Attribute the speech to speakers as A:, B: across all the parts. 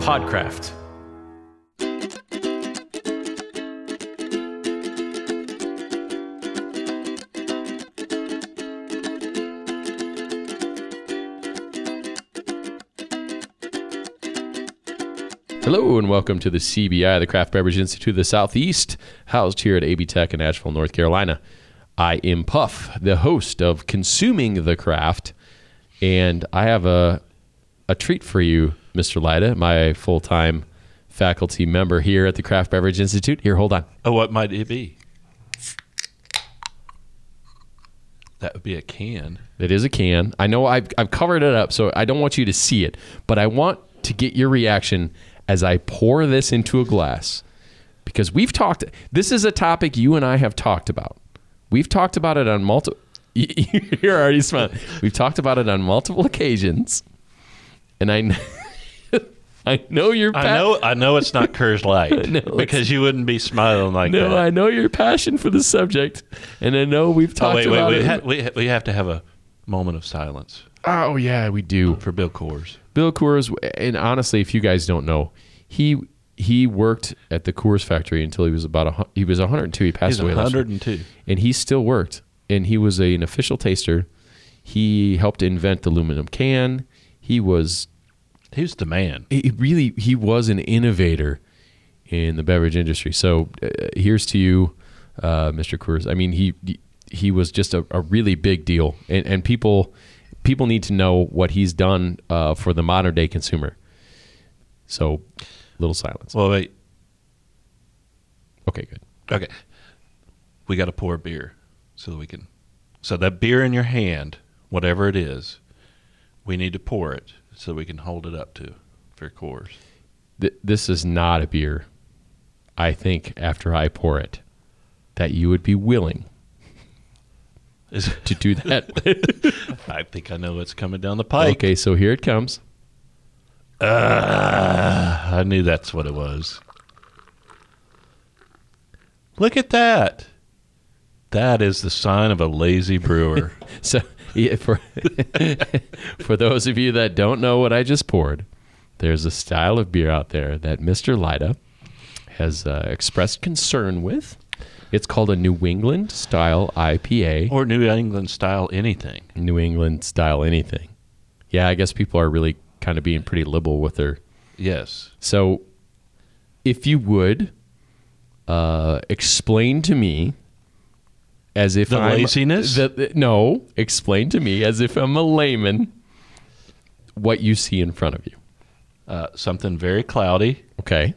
A: Podcraft. Hello and welcome to the CBI, the Craft Beverage Institute of the Southeast, housed here at AB Tech in Asheville, North Carolina. I am Puff, the host of Consuming the Craft, and I have a a treat for you, Mr. Lida, my full time faculty member here at the Craft Beverage Institute. Here, hold on.
B: Oh, what might it be? That would be a can.
A: It is a can. I know I've, I've covered it up, so I don't want you to see it, but I want to get your reaction as I pour this into a glass because we've talked. This is a topic you and I have talked about. We've talked about it on multiple. You're already smiling. We've talked about it on multiple occasions, and I, kn- I know you're.
B: I know. I know it's not Coors Light because you wouldn't be smiling like
A: No,
B: that.
A: I know your passion for the subject, and I know we've
B: oh,
A: talked
B: wait, wait,
A: about
B: we,
A: it.
B: ha- we, ha- we have to have a moment of silence
A: oh yeah, we do.
B: for Bill Coors.
A: Bill Coors, and honestly, if you guys don't know, he he worked at the Coors factory until he was about a, hun- he was 102. He passed
B: He's
A: away last year,
B: 102.
A: and he still worked. And he was a- an official taster. He helped invent the aluminum can. He was
B: He was the man.
A: he really he was an innovator in the beverage industry. So uh, here's to you, uh, Mr. Coors. I mean he he was just a, a really big deal, and, and people people need to know what he's done uh, for the modern day consumer. So little silence.
B: Well, wait.
A: Okay, good.
B: Okay, we got to pour beer so that we can. So that beer in your hand, whatever it is, we need to pour it so we can hold it up to for Coors.
A: Th- this is not a beer. I think after I pour it, that you would be willing
B: Is
A: to do that.
B: I think I know what's coming down the pike.
A: okay, so here it comes.
B: Ah, I knew that's what it was. Look at that. That is the sign of a lazy brewer.
A: So yeah, for for those of you that don't know what I just poured, there's a style of beer out there that Mr. Lida has uh, expressed concern with. It's called a New England style IPA.
B: or New England style anything.
A: New England style anything. Yeah, I guess people are really kind of being pretty liberal with their.
B: Yes.
A: So, if you would uh, explain to me. As if
B: The
A: I'm-
B: laziness?
A: the- the- no, explain to me as if I'm a layman what you see in front of you.
B: Uh, something very cloudy.
A: Okay,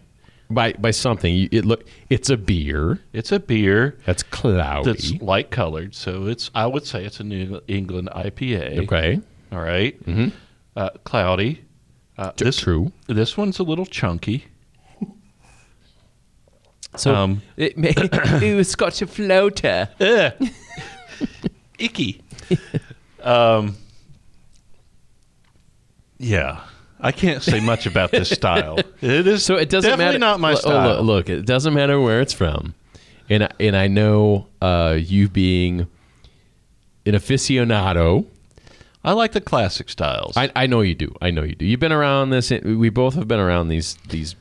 A: by by something you, it look it's a beer
B: It's a beer
A: that's cloudy.
B: that's light colored, so it's I would say it's a New England IPA.
A: okay,
B: All right. Uh, cloudy. Uh,
A: T-
B: this
A: true.
B: this one's a little chunky.
A: So
B: Um,
A: it may, ooh, it's got a floater.
B: Ugh. Eh. Icky. um, yeah, I can't say much about this style. It is
A: So it doesn't matter.
B: definitely not my
A: Lo- oh, lo-
B: style.
A: Look, it doesn't matter where it's from, and I, and I know uh, you being an aficionado.
B: I like the classic styles.
A: I, I know you do. I know you do. You've been around this. We both have been around these these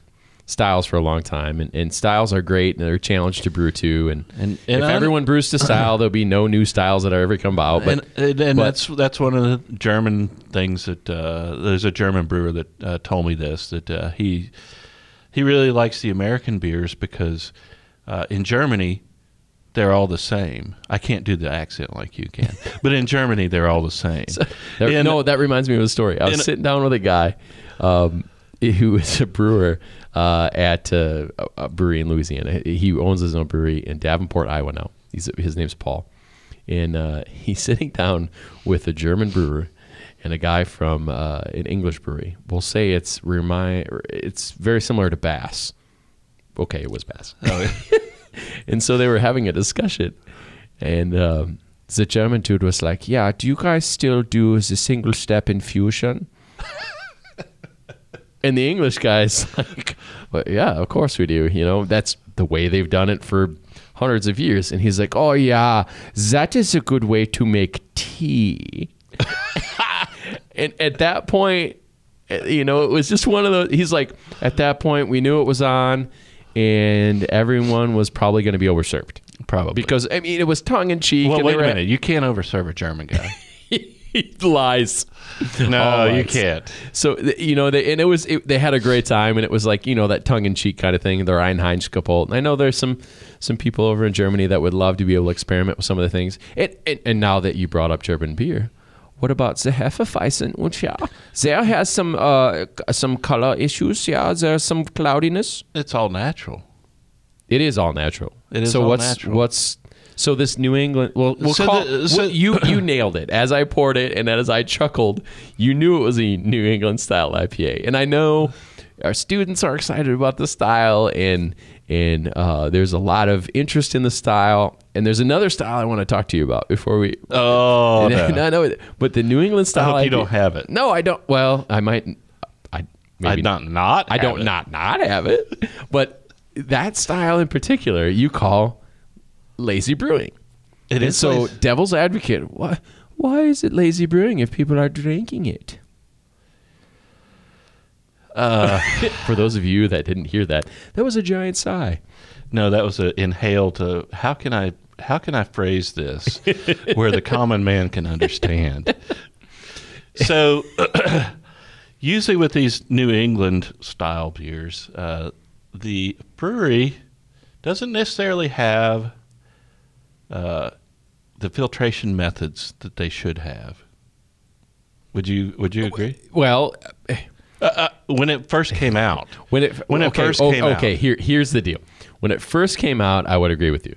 A: styles for a long time, and, and styles are great, and they're a challenge to brew to. And,
B: And-
A: if
B: and I-
A: everyone brews to style, there'll be no new styles that are ever come out. But
B: and and, and
A: but-
B: that's that's one of the German things that uh, there's a German brewer that uh, told me this that uh, he he really likes the American beers because uh, in Germany they're all the same. I can't do the accent like you can, but in Germany they're all the same.
A: That-
B: And-
A: no, that reminds me of a story. I was
B: and-
A: sitting down with a guy um, who is a brewer uh, at uh, a- a brewery in Louisiana. He owns his own brewery in Davenport, Iowa now. He's, his name's Paul. And uh, he's sitting down with a German brewer and a guy from uh, an English brewery. We'll say it's remind, it's very similar to Bass. Okay, it was Bass.
B: Oh,
A: And so they were having a discussion, and um, the German dude was like, "Yeah, do you guys still do the single step infusion?" and the English guys like, well, "Yeah, of course we do. You know, that's the way they've done it for hundreds of years." And he's like, "Oh yeah, that is a good way to make tea." and at that point, eh, you know, it was just one of those. He's like, at that point, we knew it was on, and everyone was probably going to be overserved
B: Probably.
A: because I mean, it was tongue in cheek.
B: well,
A: and
B: wait
A: they
B: a
A: were-
B: minute. You can't overserve a German guy.
A: he lies.
B: no, you
A: lies.
B: can't.
A: So th- you know, they, and it was it, they had a great time, and it was like you know that tongue in cheek kind of thing. Their Einheinz couple. And I know there's some some people over in Germany that would love to be able to experiment with some of the things. And and, and now that you brought up German beer, what about the Hefeweizen? Und ja, there has some uh, c- some color issues. Yeah, there's some cloudiness.
B: It's all natural.
A: It is all natural.
B: It is
A: so
B: all
A: what's
B: natural.
A: what's so this New England? Well, we'll
B: So
A: call
B: the- so-
A: well, you you nailed it. As I poured it and as I chuckled, you knew it was a New England style IPA. And I know our students are excited about the style, and and uh, there's a lot of interest in the style. And there's another style I want to talk to you about before we.
B: Oh,
A: no.
B: no.
A: no, but the New England style.
B: hope you
A: IPA
B: don't have it.
A: No, I don't. Well, I might. I maybe
B: I not not.
A: I
B: have
A: don't
B: it.
A: not not have it, but that style in particular you call lazy brewing.
B: It
A: and
B: is
A: so
B: lazy.
A: devil's advocate. Why why is it lazy brewing if people are drinking it? Uh, for those of you that didn't hear that, that was a giant sigh.
B: No, that was an inhale to how can I how can I phrase this where the common man can understand. So usually with these New England style beers, uh, the brewery doesn't necessarily have uh, the filtration methods that they should have. Would you Would you agree?
A: Well,
B: When it first came out,
A: when it
B: When it
A: okay,
B: first
A: oh,
B: came out.
A: okay, here here's the deal. When it first came out, I would agree with you,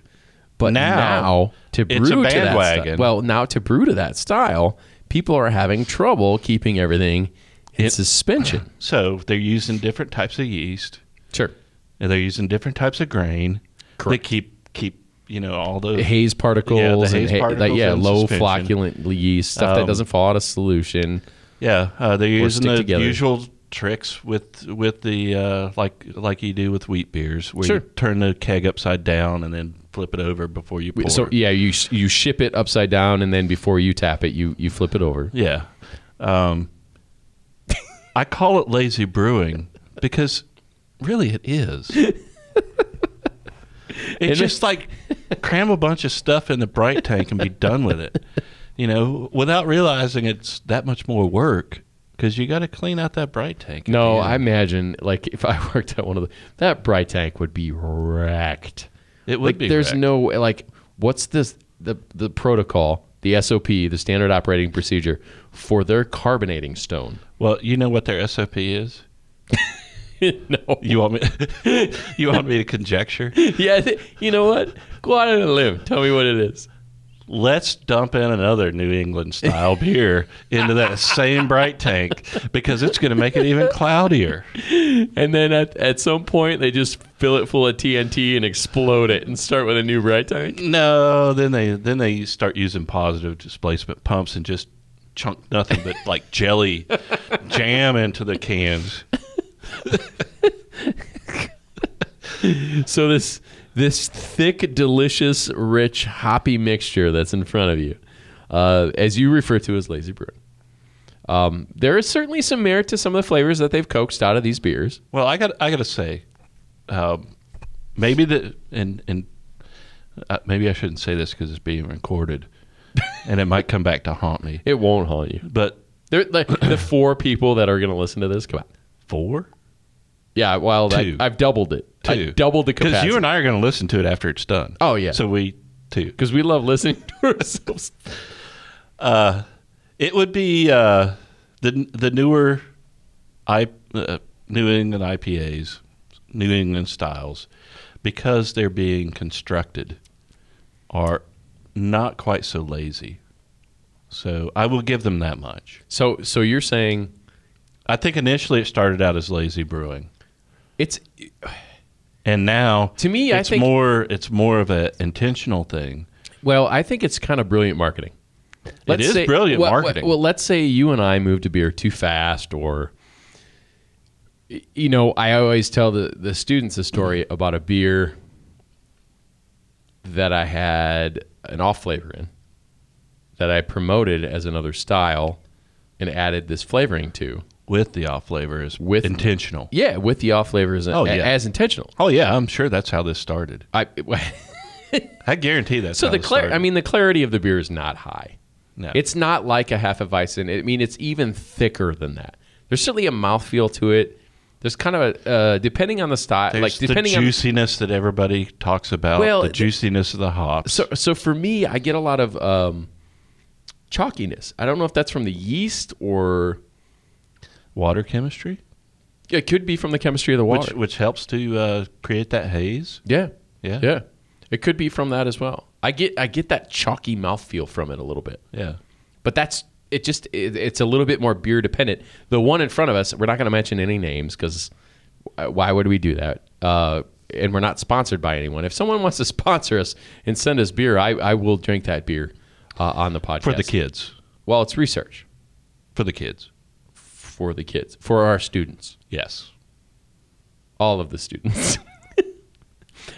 A: but
B: Now,
A: now, to brew
B: it's a
A: to that
B: bandwagon.
A: style, well, now to brew to that style, people are having trouble keeping everything in suspension.
B: so they're using different types of yeast.
A: Sure,
B: And they're using different types of grain.
A: Correct.
B: They keep keep you know all the
A: haze particles, and
B: haze
A: ha- like,
B: particles
A: yeah,
B: and
A: low
B: suspension. Um,
A: flocculent yeast stuff that doesn't fall out of solution.
B: yeah uh, they're using
A: stick
B: the
A: together.
B: usual tricks with with the uh, like like you do with wheat beers where
A: Sure.
B: you turn the keg upside down and then flip it over before you pour.
A: So yeah, you sh- you ship it upside down, and then before you tap it, you you flip it over.
B: yeah, um, I call it lazy brewing because really it is. It's just like cram a bunch of stuff in the bright tank and be done with it, you know, without realizing it's that much more work because you got to clean out that bright tank. at
A: No,
B: the end.
A: I imagine like if I worked at one of the that bright tank would be wrecked.
B: it would
A: like
B: be.
A: there's
B: wrecked.
A: no way like what's this the the protocol, the SOP, the standard operating procedure for their carbonating stone.
B: Well, you know what their SOP is.
A: no.
B: You want me? you want me to conjecture?
A: Yeah, th- you know what? Go out on a limb. Tell me what it is.
B: Let's dump in another New England style beer into that same bright tank because it's going to make it even cloudier.
A: And then at, at some point they just fill it full of TNT and explode it and start with a new bright tank.
B: No, then they then they start using positive displacement pumps and just chunk nothing but like jelly jam into the cans.
A: So this this thick, delicious, rich, hoppy mixture that's in front of you, uh, as you refer to as lazy brewing, um, there is certainly some merit to some of the flavors that they've coaxed out of these beers.
B: Well, I got I got to say, um, maybe the and and uh, maybe I shouldn't say this because it's being recorded, and it might come back to haunt me.
A: It won't haunt you.
B: But
A: They're, like, the four people that are going to listen to this, come on.
B: four,
A: Yeah, well, I,
B: Two.
A: I've doubled it. I
B: Two.
A: doubled the
B: because
A: capacity.
B: you and I are going to listen to it after it's done.
A: Oh, yeah.
B: so we two.
A: because we love listening to ourselves.
B: Uh, It would be uh, the the newer I, uh, New England IPAs, New England styles, because they're being constructed, are not quite so lazy. So I will give them that much.
A: So, so you're saying
B: I think initially it started out as lazy brewing,
A: it's
B: and now
A: To me, I
B: it's
A: think-
B: more it's more of an intentional thing.
A: Well, I think it's kind of brilliant marketing.
B: is brilliant
A: well,
B: marketing.
A: Well, let's say you and I moved a beer too fast, or you know, I always tell the the students a story about a beer that I had an off flavor in that I promoted as another style and added this flavoring to.
B: with the off flavor is
A: With-
B: intentional.
A: Yeah, with the off flavors
B: Oh, yeah.
A: as intentional.
B: Oh yeah, I'm sure that's how this started.
A: I
B: I guarantee that's
A: so
B: how
A: the
B: this
A: clar-
B: started.
A: I mean the clarity of the beer is not high.
B: no.
A: It's not like a half of Hefeweizen. I mean, it's even thicker than that. There's certainly a mouthfeel to it. There's kind of a uh, depending on the style,
B: There's
A: like depending
B: the
A: on
B: juiciness that everybody talks about,
A: Well,
B: the
A: th-
B: juiciness of the hops.
A: so so for me, I get a lot of um, chalkiness. I don't know if that's from the yeast or
B: water chemistry,
A: it could be from the chemistry of the water.
B: which which helps to uh, create that haze.
A: yeah,
B: Yeah.
A: yeah. It could be from that as well. I get I get that chalky mouthfeel from it a little bit.
B: Yeah.
A: but that's it just it, it's a little bit more beer dependent the one in front of us we're not going to mention any names because why would we do that uh, and we're not sponsored by anyone if someone wants to sponsor us and send us beer i, I will drink that beer uh, on the podcast
B: For the kids.
A: well it's research
B: For the kids.
A: for the kids for our students
B: Yes.
A: all of the students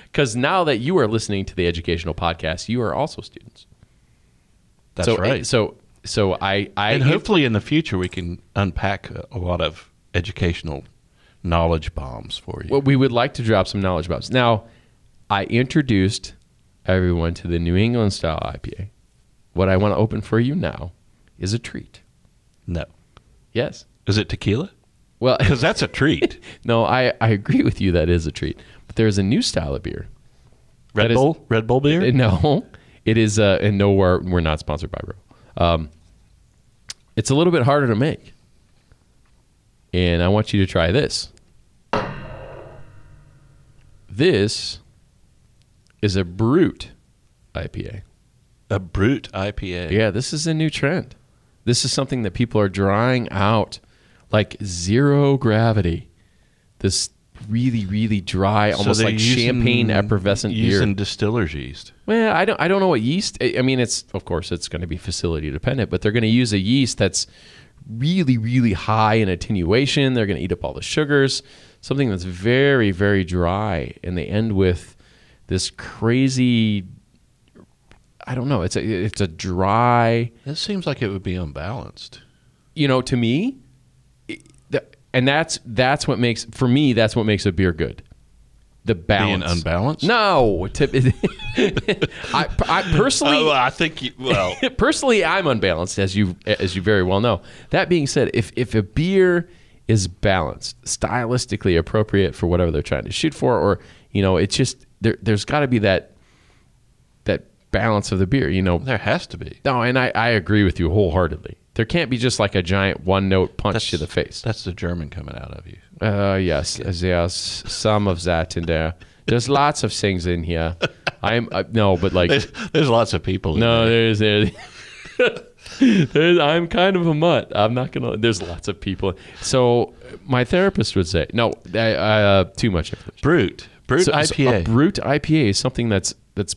A: because now that you are listening to the educational podcast you are also students
B: That's
A: so,
B: right.
A: so so i i
B: and hopefully in the future we can unpack a, a lot of educational knowledge bombs for you.
A: Well, we would like to drop some knowledge bombs. Now, I introduced everyone to the New England style IPA. What I want to open for you now is a treat.
B: no.
A: Yes.
B: Is it tequila?
A: Well,
B: Because that's a treat.
A: no, I, I agree with you. That is a treat. But there is a new style of beer.
B: Red
A: That is-
B: Bull? Red Bull beer?
A: Uh, No, it is, uh, and no, we're, we're not sponsored by Red Bull. Um, it's a little bit harder to make. And I want you to try this. This is a Brute IPA.
B: a brute IPA.
A: Yeah, this is a new trend. This is something that people are drying out, like zero gravity. This really, really dry,
B: So
A: almost
B: they're
A: like
B: using-
A: champagne effervescent beer.
B: Using distiller's yeast.
A: Well, I don't. I don't know what yeast. I I mean, it's of course it's going to be facility dependent, but they're going to use a yeast that's really, really high in attenuation. They're going to eat up all the sugars. Something that's very, very dry, and they end with this crazy. I don't know. It's a it's a dry.
B: This seems like it would be unbalanced.
A: You know, to me, it- the- and that's that's what makes for me. That's what makes a beer good. The balance.
B: Being unbalanced?
A: No, to, I, I personally.
B: Oh, I think, you, well,
A: personally i'm unbalanced as you as you very well know that being said if if a beer is balanced stylistically appropriate for whatever they're trying to shoot for or you know it's just there there's got to be that that balance of the beer you know
B: there has to be.
A: no and i i agree with you wholeheartedly there can't be just like a giant one note punch
B: That's-
A: to the face
B: That's the German coming out of you.
A: uh, yes, there's some of that in there there's lots of things in here i'm uh, no but like
B: There's, there's lots of people. in
A: No, there's there's, there's I'm kind of a mutt. I'm not gonna. There's lots of people. So my therapist would say, no, I, I, uh, too much information.
B: Brute. Brute
A: So- uh, so a
B: IPA.
A: brute IPA is something that's that's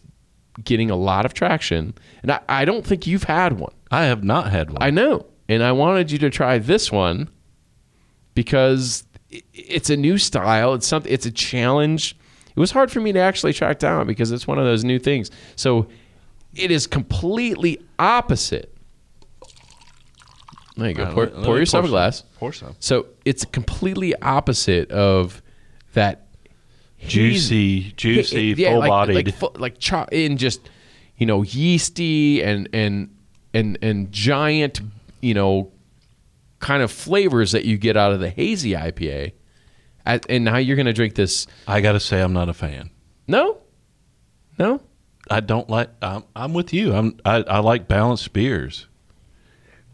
A: getting a lot of traction, and I, I don't think you've had one.
B: I have not had one.
A: I know, and I wanted you to try this one because i- it's a new style. It's something. It's a challenge. It was hard for me to actually track down because it's one of those new things. So it is completely opposite. There you go.
B: Uh,
A: Pour,
B: let- let
A: pour
B: me
A: yourself a
B: some.
A: glass.
B: Pour some.
A: So it's completely opposite of that
B: Juicy, juicy,
A: yeah,
B: full
A: like-
B: bodied.
A: like, full- like cho- in just you know yeasty and and and and giant you know kind of flavors that you get out of the hazy IPA, At- and now you're gonna drink this?
B: I got to say, I'm not a fan.
A: No, no.
B: I don't like. I'm, I'm with you. I'm. I, I like balanced beers.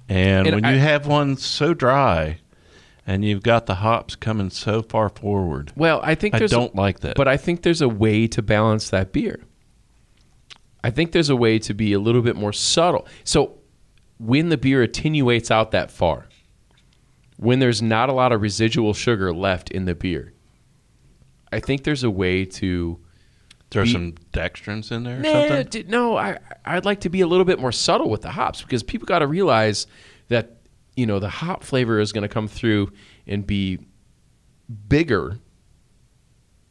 B: And,
A: And
B: when
A: I-
B: you have one so dry, and you've got the hops coming so far forward,
A: Well, I think
B: I
A: there's a-
B: don't like that.
A: But I think there's a way to balance that beer. I think there's a way to be a little bit more subtle. So when the beer attenuates out that far, when there's not a lot of residual sugar left in the beer, I think there's a way to.
B: there are
A: be-
B: some dextrins in there or
A: Nah,
B: something.
A: d- no, I, I'd like to be a little bit more subtle with the hops because people got to realize that, you know, the hop flavor is going to come through and be bigger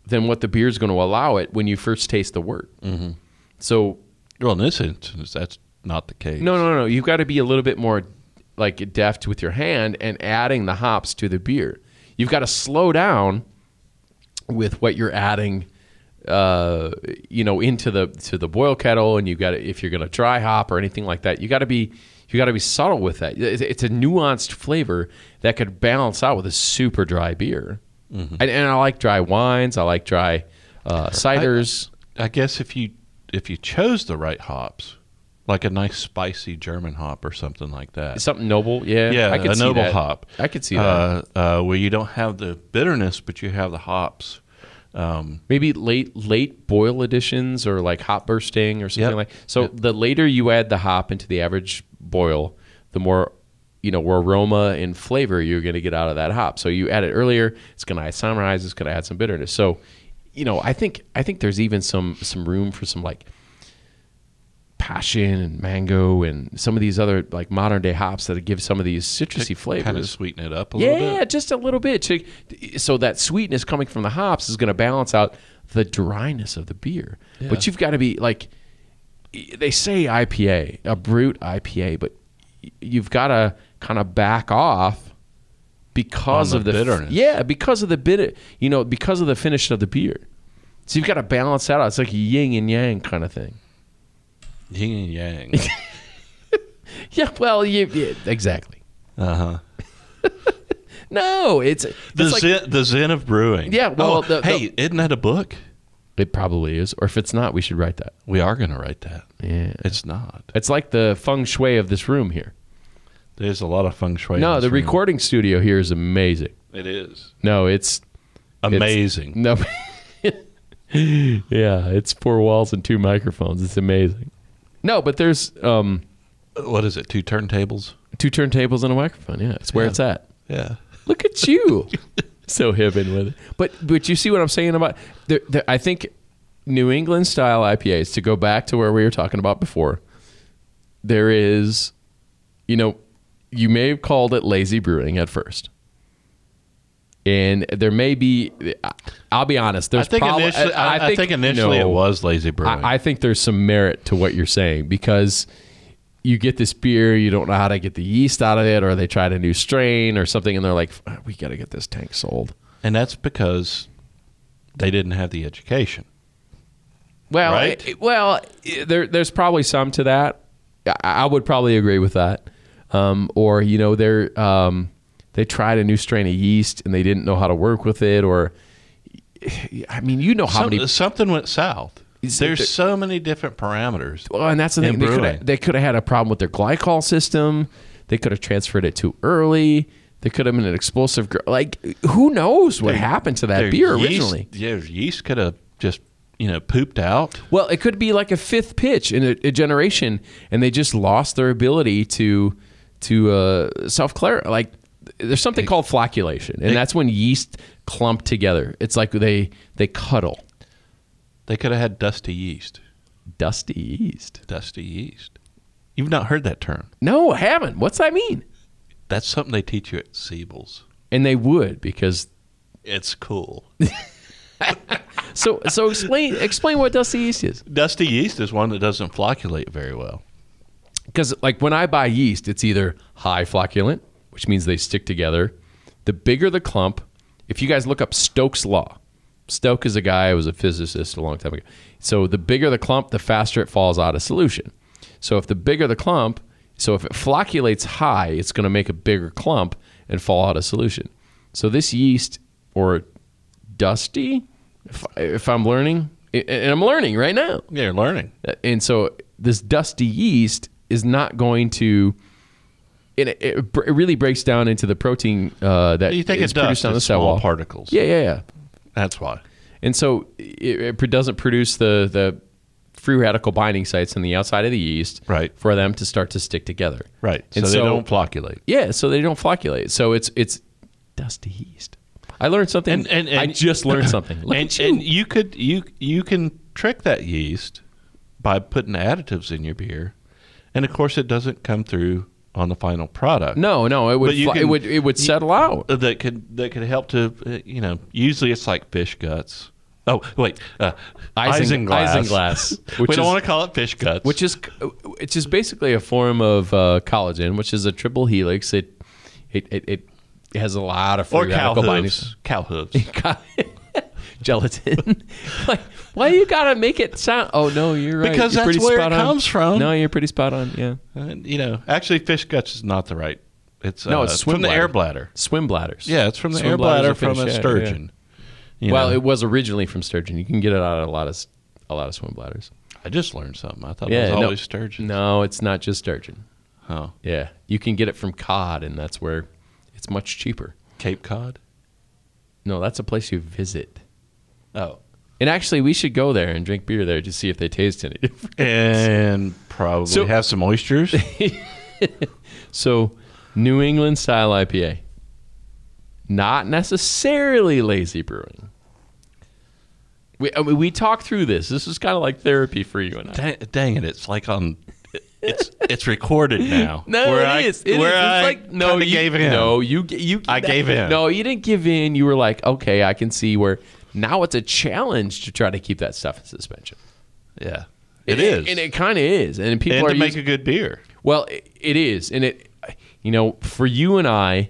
A: than what the beer is going to allow it when you first taste the wort. Mm-hmm. So
B: Well, in this instance, that's not the case.
A: no, no, no. You've got to be a little bit more like deft with your hand and adding the hops to the beer. You've got to slow down with what you're adding uh, you know into the to the boil kettle and you got to if you're going to dry hop or anything like that you got to be you got to be subtle with that it's, it's a nuanced flavor that could balance out with a super dry beer
B: Mm-hmm.
A: and, and i like dry wines i like dry uh, ciders
B: I guess if you if you chose the right hops, like a nice spicy German hop or something like that.
A: something noble yeah
B: Yeah,
A: I could
B: a
A: see
B: noble
A: that.
B: hop.
A: i could see that
B: Uh, uh, where you don't have the bitterness, but you have the hops. um,
A: maybe late late boil additions or like hop bursting or something
B: Yep.
A: like so the later you add the hop into the average boil the more you know aroma and flavor you're going to get out of that hop so you add it earlier it's going to isomerize it's going to add some bitterness so you know i think i think there's even some some room for some like passion and mango and some of these other like modern day hops that give some of these citrusy flavors
B: Kind of sweeten it up a little
A: yeah,
B: bit.
A: just a little bit. to- So that sweetness coming from the hops is going to balance out the dryness of the beer. But you've got to be like, they say IPA, a brute IPA, but y- you've got to kind of back off because
B: On
A: of
B: the
A: the f-
B: bitterness.
A: yeah, because of the bit, you know, because of the finish of the beer. So you've got to balance that out. It's like a yin and yang kind of thing.
B: Yin and yang.
A: Yeah, well, you, yeah, exactly.
B: Uh huh.
A: No, it's,
B: The
A: it's like-
B: zen, the zen of brewing.
A: Yeah, well,
B: Oh,
A: the- the-
B: hey, isn't that a book?
A: it probably is. Or if it's not, we should write that.
B: We are going to write that.
A: Yeah.
B: It's not.
A: It's like the feng shui of this room here.
B: There's a lot of feng shui. in
A: no,
B: this
A: the
B: room.
A: recording studio here is amazing.
B: It is
A: No, it's
B: amazing.
A: no. yeah, it's four walls and two microphones. It's amazing. No, but there's um,
B: what is it? Two turntables.
A: two turntables and a microphone. Yeah, it's where
B: Yeah.
A: it's at.
B: Yeah.
A: Look at you, so hidden with it. But but you see what I'm saying about? There, there, I think New England style IPAs. To go back to where we were talking about before, there is, you know, you may have called it lazy brewing at first. And there may be, I- I'll be honest.
B: I
A: There's
B: think
A: probably,
B: initially, I, I think, initially
A: no.
B: it was lazy brewing.
A: I, I think there's some merit to what you're saying because you get this beer, you don't know how to get the yeast out of it, or they tried a new strain or something, and they're like, "Ah, "We got to get this tank sold."
B: and that's because they didn't have the education.
A: Well,
B: Right?
A: it- well, it- there, there's probably some to that. I, I would probably agree with that. Um, or you know, they're um, they tried a new strain of yeast and they didn't know how to work with it, or I mean, you know how
B: Some-
A: many
B: something went south.
A: Is it
B: There's
A: the-
B: so many different parameters.
A: Well, and that's the
B: And
A: thing. They could,
B: brewing.
A: have, they could have had a problem with their glycol system. They could have transferred it too early. They could have been an explosive. Gr- like, who knows what happened to that
B: Their
A: beer
B: yeast-
A: originally?
B: Yeah, yeast could have just you know pooped out.
A: Well, it could be like a fifth pitch in a, a generation, and they just lost their ability to to uh, self clar Like, there's something called flocculation, and that's when yeast clump together. It's like they they cuddle.
B: They could have had dusty yeast.
A: Dusty yeast?
B: Dusty yeast. You've not heard that term.
A: No, I haven't. What's that mean?
B: That's something they teach you at Siebel's.
A: And they would because
B: It's cool.
A: So so explain explain what dusty yeast is.
B: Dusty yeast is one that doesn't flocculate very well.
A: Because like when I buy yeast, it's either high flocculent, which means they stick together. The bigger the clump, if you guys look up Stokes' law, Stoke is a guy who was a physicist a long time ago. So the bigger the clump, the faster it falls out of solution. So if the bigger the clump, so if it flocculates high, it's going to make a bigger clump and fall out of solution. So this yeast or dusty, if, if I'm learning, and I'm learning right now,
B: They're learning.
A: Uh, and so this dusty yeast is not going to and it, it, br- it really breaks down into the protein uh, that
B: You think
A: is
B: it's dust,
A: produced on the
B: it's
A: cell
B: small
A: wall.
B: particles.
A: Yeah, yeah, yeah.
B: That's why.
A: And so it, it pr- doesn't produce the the free radical binding sites on the outside of the yeast
B: Right.
A: for them to start to stick together.
B: Right.
A: And
B: so
A: so-
B: they don't flocculate.
A: Yeah, so they don't flocculate. So it's it's dusty yeast. I learned something.
B: And- and-
A: I
B: and-
A: just learned something. Look
B: and,
A: at you.
B: and you could you you can trick that yeast by putting additives in your beer, and of course it doesn't come through on the final product.
A: no, no, it would
B: But you
A: flo- it
B: can-
A: would it would settle out.
B: uh, that could that could help to uh, you know usually it's like fish guts Oh wait, uh,
A: Eisen-
B: Isinglass.
A: Isinglass,
B: we
A: which
B: don't
A: is-
B: want to call it fish guts.
A: which is it's just basically a form of uh, collagen, which is a triple helix. It it it, it has a lot of free
B: or cow
A: radical
B: hooves.
A: bindings.
B: Cow hooves.
A: Cow- Gelatin. like, why you gotta make it sound? Oh no, you're right.
B: Because
A: You're
B: that's
A: pretty
B: where it
A: spot on.
B: comes from.
A: No, you're pretty spot on. Yeah,
B: Uh, you know, actually, fish guts is not the right. It's
A: No,
B: uh,
A: it's swim
B: from the air
A: bladder.
B: bladder.
A: swim bladders.
B: Yeah, it's from the
A: Swim
B: air
A: bladders
B: bladder
A: are
B: from
A: fish,
B: a
A: yeah, yeah.
B: sturgeon. You
A: Well,
B: know,
A: it was originally from sturgeon. You can get it out of a lot of s- a lot of swim bladders.
B: I just learned something. I thought
A: Yeah,
B: it was
A: no.
B: always sturgeon.
A: No, it's not just sturgeon.
B: Oh,
A: Yeah, you can get it from cod, and that's where it's much cheaper.
B: Cape Cod.
A: No, that's a place you visit.
B: Oh,
A: And actually, we should go there and drink beer there to see if they taste any different.
B: and probably
A: So-
B: have some oysters.
A: So, New England style IPA. Not necessarily lazy brewing. We, I mean, we talked through this. This is kind of like therapy for you and I.
B: dang, dang it! It's like on. It's it's recorded now.
A: No,
B: Where
A: it
B: I-
A: is. It is.
B: where I
A: It's like no,
B: kinda
A: you
B: gave in.
A: No, you g- you.
B: I gave in.
A: No, you didn't give in. You were like, okay, I can see where. Now it's a challenge to try to keep that stuff in suspension.
B: Yeah,
A: And
B: it is.
A: and it kind of is. And people
B: and
A: are
B: to make
A: using-
B: a good beer.
A: Well, i it is, and it, you know, for you and I,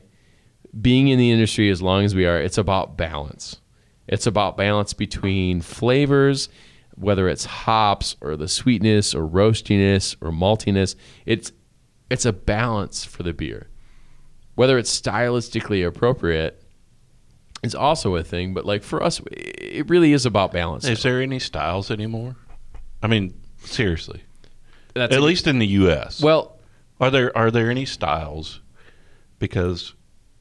A: being in the industry as long as we are, it's about balance. It's about balance between flavors, whether it's hops or the sweetness or roastiness or maltiness. It's it's a balance for the beer. Whether it's stylistically appropriate is also a thing, but like for us, i- it really is about balance.
B: Is there any styles anymore? I mean, seriously.
A: That's
B: At
A: it.
B: least in the U.S.
A: well,
B: are there are there any styles? Because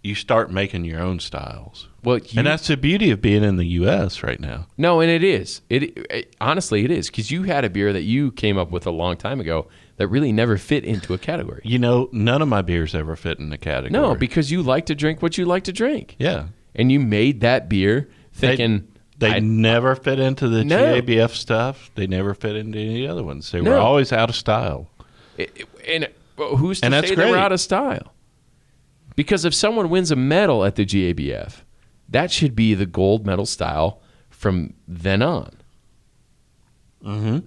B: you start making your own styles,
A: well, you,
B: and that's the beauty of being in the U.S. right now.
A: No, and it is. It, it- honestly, it is because you had a beer that you came up with a long time ago that really never fit into a category.
B: You know, none of my beers ever fit in the category.
A: No, because you like to drink what you like to drink,
B: yeah,
A: and you made that beer thinking
B: They
A: I-
B: never fit into the
A: No.
B: GABF stuff. They never fit into any other ones. They were
A: No.
B: always out of style.
A: it- it- and well, who's to
B: And that's
A: say they were
B: great.
A: out of style? Because if someone wins a medal at the GABF, that should be the gold medal style from then on. Mm-hmm.
B: Mm-hmm.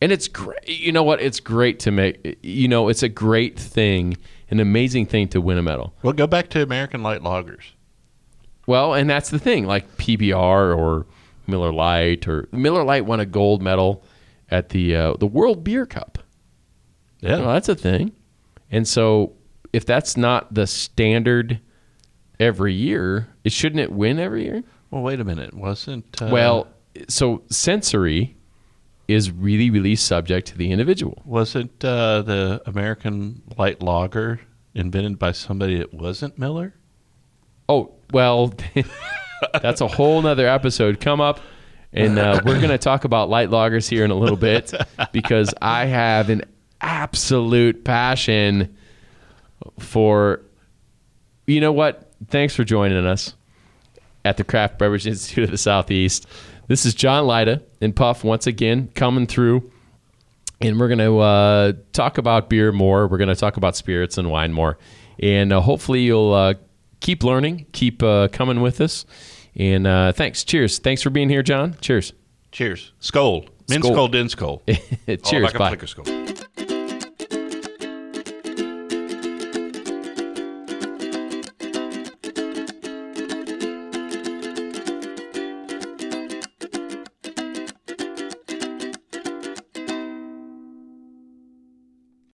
A: And it's great. You know what? It's great to make. You know, it's a great thing, an amazing thing to win a medal.
B: Well, go back to American light lagers.
A: Well, and that's the thing, like PBR or Miller Lite or Miller Lite won a gold medal at the uh, the World Beer Cup.
B: Yeah,
A: Well, that's a thing. And so if that's not the standard every year, it shouldn't it win every year?
B: Well, wait a minute. Wasn't uh,
A: well, so sensory is really really subject to the individual.
B: wasn't uh, the American light lager invented by somebody that wasn't Miller?
A: Oh, well, that's a whole nother episode come up. And uh, we're going to talk about light loggers here in a little bit because I have an absolute passion for, you know what? Thanks for joining us at the Craft Beverage Institute of the Southeast. This is John Lida and Puff once again coming through and we're going to uh, talk about beer more. We're going to talk about spirits and wine more, and uh, hopefully you'll uh, keep learning, keep uh, coming with us. And uh, thanks, cheers, thanks for being here, John. Cheers,
B: Cheers. Skol. Men's
A: Skol.
B: Skol, Den's Skol.
A: cheers,
B: All about
A: bye.
B: Skol.